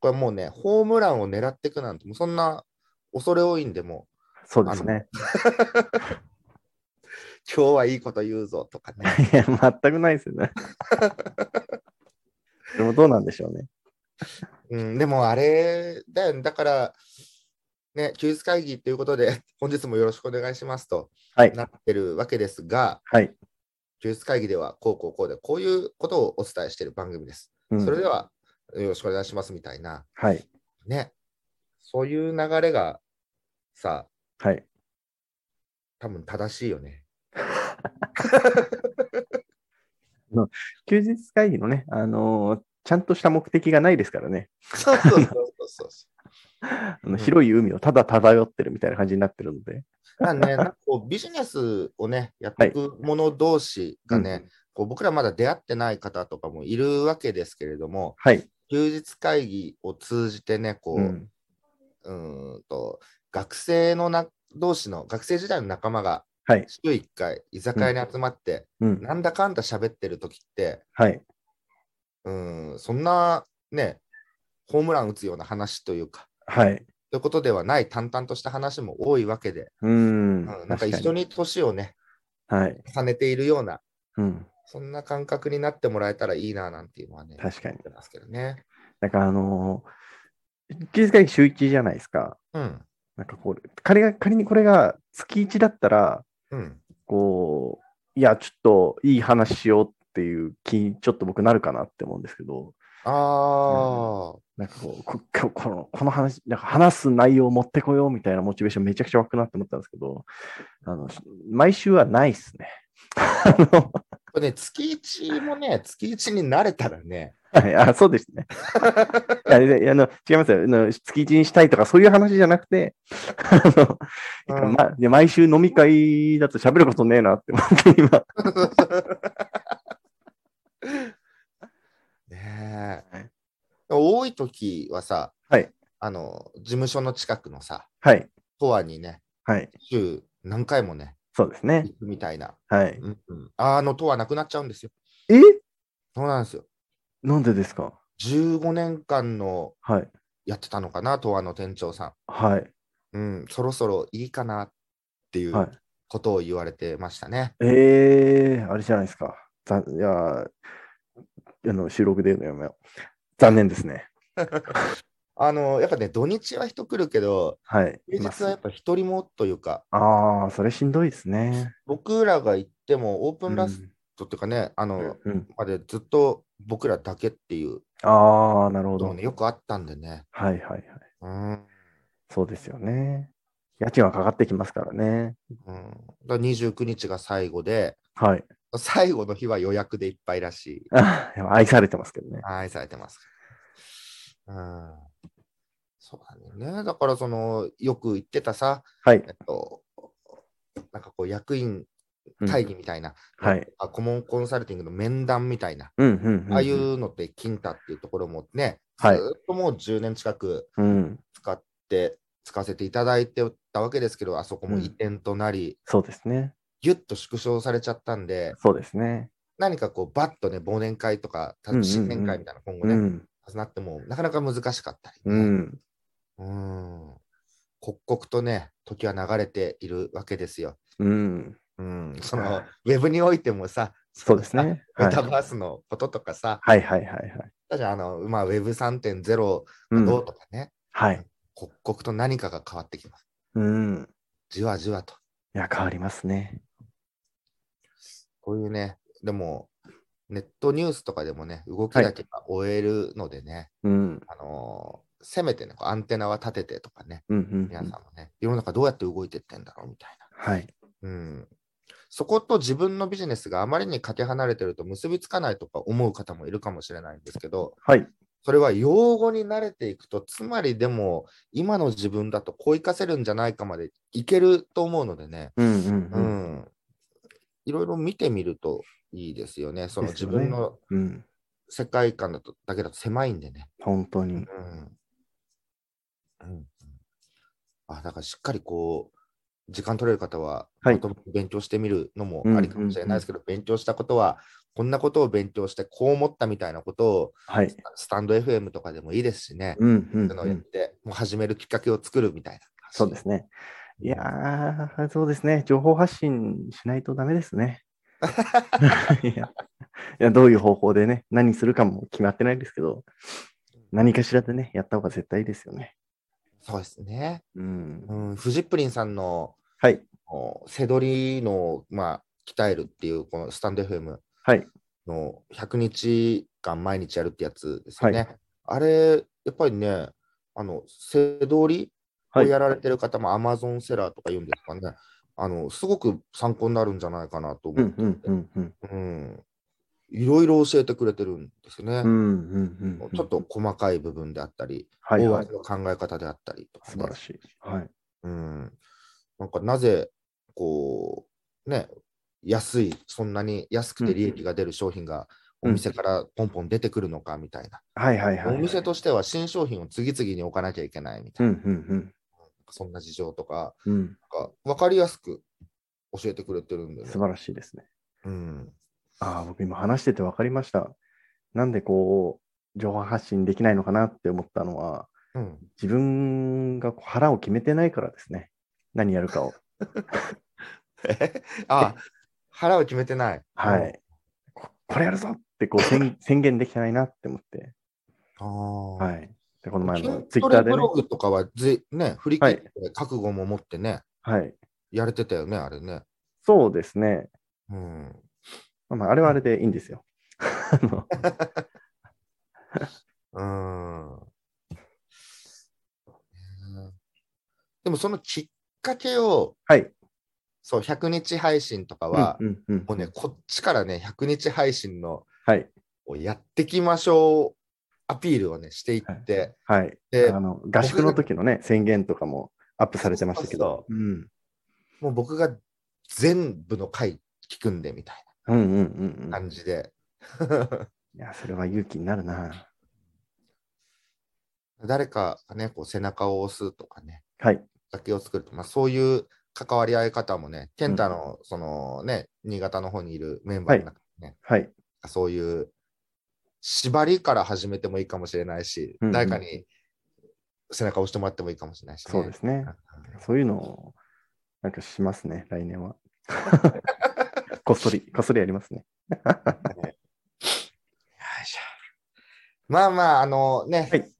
[SPEAKER 3] これもうね、ホームランを狙っていくなんて、もうそんな恐れ多いんで、も
[SPEAKER 2] そうですね。
[SPEAKER 3] う今日はいいこと言うぞとかね。
[SPEAKER 2] いや、全くないですよね。 でもどうなんでしょうね。
[SPEAKER 3] うん、でもあれだよね、だから、ね、休日会議ということで、本日もよろしくお願いしますと
[SPEAKER 2] はい。
[SPEAKER 3] なってるわけですが、
[SPEAKER 2] はい。
[SPEAKER 3] 休日会議ではこうこうこうで、こういうことをお伝えしている番組です。
[SPEAKER 2] うん
[SPEAKER 3] それでは、よろしくお願いしますみたいな、
[SPEAKER 2] はい。
[SPEAKER 3] ね、そういう流れがさ、
[SPEAKER 2] はい。
[SPEAKER 3] 多分正しいよね。
[SPEAKER 2] 休日会議のね、あのーちゃんとした目的がないですからね。
[SPEAKER 3] そうそうそうそうそ
[SPEAKER 2] あ
[SPEAKER 3] う
[SPEAKER 2] の
[SPEAKER 3] ん
[SPEAKER 2] 広い海をただ漂ってるみたいな感じになってるので。
[SPEAKER 3] う。まあね、なんかこうビジネスをね、やっていく者同士がね、
[SPEAKER 2] うん
[SPEAKER 3] こう僕らまだ出会ってない方とかもいるわけですけれども、
[SPEAKER 2] はい。
[SPEAKER 3] 休日会議を通じてね、こう、
[SPEAKER 2] う
[SPEAKER 3] うんーんと、学生のな同士の、学生時代の仲間が、
[SPEAKER 2] はい。
[SPEAKER 3] 週1回、居酒屋に集まって、
[SPEAKER 2] うん。
[SPEAKER 3] なんだかんだ喋ってる時って、
[SPEAKER 2] はい。
[SPEAKER 3] うーん、そんな、ね、ホームラン打つような話というか、
[SPEAKER 2] はい。
[SPEAKER 3] ということではない淡々とした話も多いわけで、
[SPEAKER 2] うん。
[SPEAKER 3] うんなんか一
[SPEAKER 2] 確
[SPEAKER 3] 緒に年をね、
[SPEAKER 2] かに。はい。
[SPEAKER 3] 重ねているような、
[SPEAKER 2] うん。
[SPEAKER 3] そんな感覚になってもらえたらいいな、なんていうのはね、
[SPEAKER 2] 確かに
[SPEAKER 3] 思っ。てますけどね。
[SPEAKER 2] なんかあのー休日会議週1じゃないですか。
[SPEAKER 3] うん、
[SPEAKER 2] なんかこう、仮が、仮にこれが月1だったら、
[SPEAKER 3] うん、
[SPEAKER 2] こう、いや、ちょっといい話しようっていう気にちょっと僕なるかなって思うんですけど、
[SPEAKER 3] ああ、
[SPEAKER 2] なんかこう、こここのこの話、なんか話す内容を持ってこようみたいなモチベーションめちゃくちゃ湧くなって思ったんですけど、あの、毎週はないっすね。あの
[SPEAKER 3] これね、月一もね、月一に慣れたらね、
[SPEAKER 2] はい、あそうです ね。いやであの違いますよあの。月一にしたいとかそういう話じゃなくて、あの
[SPEAKER 3] うん
[SPEAKER 2] まいや毎週飲み会だと喋ることねえなって思って今。
[SPEAKER 3] ねえ
[SPEAKER 2] はい
[SPEAKER 3] 多い時はさ、
[SPEAKER 2] はい
[SPEAKER 3] あの、事務所の近くのさ、
[SPEAKER 2] はい、
[SPEAKER 3] フォアにね、
[SPEAKER 2] はい、
[SPEAKER 3] 週何回もね、
[SPEAKER 2] そうですね。
[SPEAKER 3] 行くみたいな。
[SPEAKER 2] はい。
[SPEAKER 3] うんうん、あのとはなくなっちゃうんですよ。
[SPEAKER 2] え
[SPEAKER 3] そうなんですよ。
[SPEAKER 2] なんでですか
[SPEAKER 3] 15年間の
[SPEAKER 2] はい、
[SPEAKER 3] やってたのかな、とわの店長さ
[SPEAKER 2] はい、
[SPEAKER 3] ん。うん、そろそろいいかなってい。
[SPEAKER 2] はいう
[SPEAKER 3] ことを言われてましたね。
[SPEAKER 2] えー、あれじゃないですか。ざいやーあの収録で言うのやめよう。残念ですね。
[SPEAKER 3] あの、やっぱね、土日は人来るけど、
[SPEAKER 2] はい。
[SPEAKER 3] 平日はやっぱ一人もというか、
[SPEAKER 2] ああー、それしんどいですね。
[SPEAKER 3] 僕らが行ってもオープ
[SPEAKER 2] う
[SPEAKER 3] ン
[SPEAKER 2] ん
[SPEAKER 3] ラストっていうかね、あの、
[SPEAKER 2] うん、
[SPEAKER 3] までずっと僕らだけっていう
[SPEAKER 2] ああ、なるほ
[SPEAKER 3] こ
[SPEAKER 2] ど。
[SPEAKER 3] とも
[SPEAKER 2] はい
[SPEAKER 3] ね、よくあったんでね。
[SPEAKER 2] はいはい。
[SPEAKER 3] うん。うん、
[SPEAKER 2] そうですよね。家賃はかかってきますからね。
[SPEAKER 3] だから29日が最後で、
[SPEAKER 2] はい。
[SPEAKER 3] 最後の日は予約でいっぱいらしい。
[SPEAKER 2] あやっぱ愛されてますけどね。
[SPEAKER 3] 愛されてます。うん。そうだね。だから、その、よく言ってたさ、
[SPEAKER 2] はい
[SPEAKER 3] え。っと、なんかこう、役員
[SPEAKER 2] うん
[SPEAKER 3] 会議みたいな、
[SPEAKER 2] はい。
[SPEAKER 3] あ顧問コンサルティングの面談みたいな、
[SPEAKER 2] うんうんうんうん。
[SPEAKER 3] ああい。うのって金太っていうところもね、
[SPEAKER 2] はい
[SPEAKER 3] ずーっともう10年近く
[SPEAKER 2] うん。
[SPEAKER 3] 使って、使わせていただいてたわけですけど、あそこも移転となり、
[SPEAKER 2] そうですね。
[SPEAKER 3] ぎゅっと縮小されちゃったんで、
[SPEAKER 2] そうですね。
[SPEAKER 3] 何かこう、バッとね、忘年会とか、
[SPEAKER 2] うんうんうん
[SPEAKER 3] 新年会みたいな、今
[SPEAKER 2] う
[SPEAKER 3] 後ね、
[SPEAKER 2] ん。
[SPEAKER 3] なっても、なかなか難しかったり、
[SPEAKER 2] う
[SPEAKER 3] ね。
[SPEAKER 2] ん。
[SPEAKER 3] うん。刻々とね、時は流れているわけですよ。
[SPEAKER 2] うん。
[SPEAKER 3] うん。その、ウェブにおいてもさ、
[SPEAKER 2] そうですね。
[SPEAKER 3] メ
[SPEAKER 2] はい。
[SPEAKER 3] タ
[SPEAKER 2] はい
[SPEAKER 3] バースのこととかさ、
[SPEAKER 2] はいはいはい。
[SPEAKER 3] だからあの、まあ、ウェブ3.0
[SPEAKER 2] う
[SPEAKER 3] ど
[SPEAKER 2] ん
[SPEAKER 3] う。とかね、
[SPEAKER 2] はい。
[SPEAKER 3] 刻々と何かが変わってきます。
[SPEAKER 2] うん。
[SPEAKER 3] じわじわと。
[SPEAKER 2] いや、変わりますね。
[SPEAKER 3] こういうね、でも、ネットニュースとかでもね、動きだけが終えるのでね、
[SPEAKER 2] うん。
[SPEAKER 3] あのーせめてね、こうアンテナは立ててとかね、
[SPEAKER 2] うんうんう
[SPEAKER 3] 皆さん
[SPEAKER 2] ん。
[SPEAKER 3] もね、世の中どうやって動いてってんだろうみたいな。
[SPEAKER 2] はい。
[SPEAKER 3] うん、そこと自分のビジネスがあまりにかけ離れてると結びつかないとか思う方もいるかもしれないんですけど、
[SPEAKER 2] はい。
[SPEAKER 3] それは用語に慣れていくと、つまりでも今の自分だとこう活かせるんじゃないかまでいけると思うのでね、
[SPEAKER 2] うんうん
[SPEAKER 3] う
[SPEAKER 2] うん。
[SPEAKER 3] んいろいろ見てみるといいですよね。その
[SPEAKER 2] です
[SPEAKER 3] 自
[SPEAKER 2] よね
[SPEAKER 3] 分の
[SPEAKER 2] うん。
[SPEAKER 3] 世界観だとだけだと狭いんでね。
[SPEAKER 2] 本当に。
[SPEAKER 3] うんうんあだからしっかりこう、時間取れる方は、
[SPEAKER 2] はい
[SPEAKER 3] まともに勉強してみるのも
[SPEAKER 2] うん
[SPEAKER 3] ありかもしれないですけど、勉強したことは、こんなことを勉強して、こう思ったみたいなことを、
[SPEAKER 2] はい。
[SPEAKER 3] スタンド FM とかでもいいですしね、
[SPEAKER 2] うんうん
[SPEAKER 3] そういうの
[SPEAKER 2] う
[SPEAKER 3] をやっ
[SPEAKER 2] ん。
[SPEAKER 3] て、もう始めるきっかけを作るみたいな。。
[SPEAKER 2] そうですすね。いやー、そうですね。情報発信しないとダメです ね。いやいや、どういう方法でね、何するかも決まってないですけど、何かしらでね、やった方が絶対いいですよね。
[SPEAKER 3] そうですね。
[SPEAKER 2] うん
[SPEAKER 3] う。ん、フジップリンさんの
[SPEAKER 2] はい。
[SPEAKER 3] おセドリの、まあ、鍛えるっていう、このスタンド FM
[SPEAKER 2] はい
[SPEAKER 3] の100日間毎日やるってやつですよね。
[SPEAKER 2] はい
[SPEAKER 3] あれ、やっぱりね、あの、セドリを
[SPEAKER 2] はい。
[SPEAKER 3] やられてる方も Amazon セラーとか言うんですかね。あの、すごく参考になるんじゃないかなと
[SPEAKER 2] う
[SPEAKER 3] 思っ
[SPEAKER 2] ん
[SPEAKER 3] て、
[SPEAKER 2] うんうんうん。
[SPEAKER 3] うんいろいろ教えてくれてるんですよね。
[SPEAKER 2] うんうんうんうん。
[SPEAKER 3] ちょっと細かい部分であったり、
[SPEAKER 2] はい
[SPEAKER 3] 大
[SPEAKER 2] はい
[SPEAKER 3] 味。の考え方であったりとか、ね、
[SPEAKER 2] 素晴らしい。はい。
[SPEAKER 3] うん、なんかなぜこうね安いそんなに安くて利益が出る商品が
[SPEAKER 2] う
[SPEAKER 3] お
[SPEAKER 2] ん
[SPEAKER 3] 店からポンポン出てくるのかみたいな、
[SPEAKER 2] はいはいはい。
[SPEAKER 3] お店としては新商品を次々に置かなきゃいけないみた
[SPEAKER 2] う
[SPEAKER 3] い
[SPEAKER 2] ん
[SPEAKER 3] な、
[SPEAKER 2] うん
[SPEAKER 3] そんな事情とか
[SPEAKER 2] うん。うん。
[SPEAKER 3] なんか分かりやすく教えてくれてるんで、ね
[SPEAKER 2] 素晴らしいですね。
[SPEAKER 3] うん、
[SPEAKER 2] ああ、僕今話してて分かりました。なんでこう、情報発信できないのかなって思ったのは、
[SPEAKER 3] うん、
[SPEAKER 2] 自分がこう腹を決めてないからですね。何やる かを。
[SPEAKER 3] えあ腹を決めてない
[SPEAKER 2] はい。ここれやるぞって こう宣宣言できてないなって思って。
[SPEAKER 3] ああ、
[SPEAKER 2] はい。で、この前のツ
[SPEAKER 3] 筋
[SPEAKER 2] イッ
[SPEAKER 3] ト
[SPEAKER 2] ター
[SPEAKER 3] レ
[SPEAKER 2] で
[SPEAKER 3] ブ
[SPEAKER 2] ね
[SPEAKER 3] ロ。グとかはぜ、ね、振り切って覚悟も持ってね、
[SPEAKER 2] はい。
[SPEAKER 3] やれてたよね、あれね。
[SPEAKER 2] そうですね。
[SPEAKER 3] うん、
[SPEAKER 2] まあ、あれはあれでいいんですよ。あの
[SPEAKER 3] もそのきっかけを、
[SPEAKER 2] はい。
[SPEAKER 3] そう、100日配信とかは、
[SPEAKER 2] うんうんうん
[SPEAKER 3] もうね、こっちからね、100日配信の
[SPEAKER 2] はい。
[SPEAKER 3] をやってきましょうアピールをね、していって、
[SPEAKER 2] はい。
[SPEAKER 3] で
[SPEAKER 2] あ、の合宿の時のね、宣言とかもアップされてましたけど。うん
[SPEAKER 3] もう僕が全部の回聞くんでみたい
[SPEAKER 2] うんうんうん
[SPEAKER 3] な
[SPEAKER 2] うん。
[SPEAKER 3] 感じで。
[SPEAKER 2] いや、それは勇気になるな。
[SPEAKER 3] 誰かがね、こう背中を押すとかね、
[SPEAKER 2] はい。
[SPEAKER 3] きっかけを作るとか、まあ、そういう関わり合い方もね、健太の、そのね、新潟の方にいるメンバーの中でね、
[SPEAKER 2] はい。
[SPEAKER 3] そういう縛りから始めてもいいかもしれないし、
[SPEAKER 2] うんうん
[SPEAKER 3] 誰かに背中を押してもらってもいいかもしれないし、ね。
[SPEAKER 2] そうですね。そういうのを、なんかしますね、来 年は。こっそり、こっそりやりますね。
[SPEAKER 3] よいしょまあまあ、あのね、
[SPEAKER 2] はい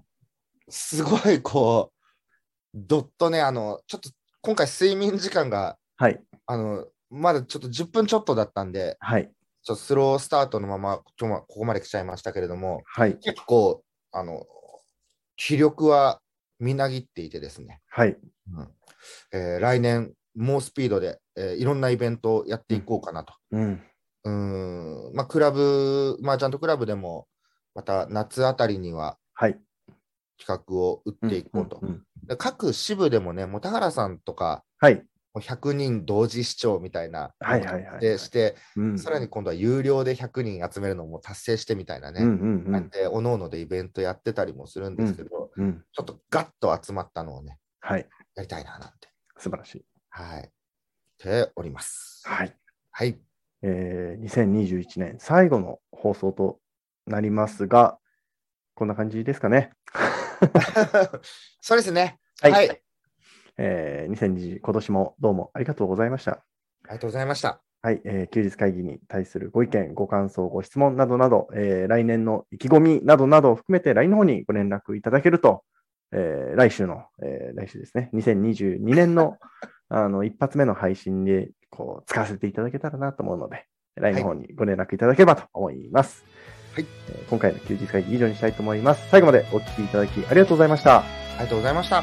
[SPEAKER 3] すごいこう、どっとね、あの、ちょっと今回睡眠時間が、
[SPEAKER 2] はい。
[SPEAKER 3] あの、まだちょっと10分ちょっとだったんで、
[SPEAKER 2] はい。
[SPEAKER 3] ちょっとスロースタートのまま、今日はここまで来ちゃいましたけれども、
[SPEAKER 2] はい。
[SPEAKER 3] 結構、あの、気力はみなぎっていてですね、
[SPEAKER 2] はい。
[SPEAKER 3] えー来年、猛スピードで、えーいろんなイベントをやっていこうかなと。
[SPEAKER 2] うん。
[SPEAKER 3] うーん、まあ、クラブ、まあ、ちゃんとクラブでも、また夏あたりには、
[SPEAKER 2] はい。
[SPEAKER 3] 企画を打っていこうと。
[SPEAKER 2] んんん
[SPEAKER 3] で各支部でもね、もう田原さんとか、
[SPEAKER 2] はい。
[SPEAKER 3] もう100人同時視聴みたいな、
[SPEAKER 2] はいはいはい
[SPEAKER 3] でして、
[SPEAKER 2] うん。
[SPEAKER 3] さらに今度は有料で100人集めるのも達成してみたいなね、
[SPEAKER 2] うんうんうん。
[SPEAKER 3] でおのおのでイベントやってたりもするんですけど、
[SPEAKER 2] うん。
[SPEAKER 3] ちょっとガッと集まったのをね、
[SPEAKER 2] はい。
[SPEAKER 3] やりたいななんて、
[SPEAKER 2] 素晴らしい。
[SPEAKER 3] はい、っております。
[SPEAKER 2] はい。
[SPEAKER 3] はい、
[SPEAKER 2] えー、2021年最後の放送となりますが、こんな感じですかね。
[SPEAKER 3] そうですね、
[SPEAKER 2] は
[SPEAKER 3] はいい、
[SPEAKER 2] えー、2020、今年もどうもありがとうございました。
[SPEAKER 3] ありがとうございました。
[SPEAKER 2] はい、えー休日会議に対するご意見、ご感想、ご質問などなど、えー来年の意気込みなどなどを含めて LINE の方にご連絡いただけると、えー来週の、えー来週ですね、2022年の あの一発目の配信でこう使わせていただけたらなと思うので、LINE の方にご連絡いただければと思います。
[SPEAKER 3] はい
[SPEAKER 2] えー今回の休日会議以上にしたいと思います。最後までお聞きいただきありがとうございました。
[SPEAKER 3] ありがとうございました。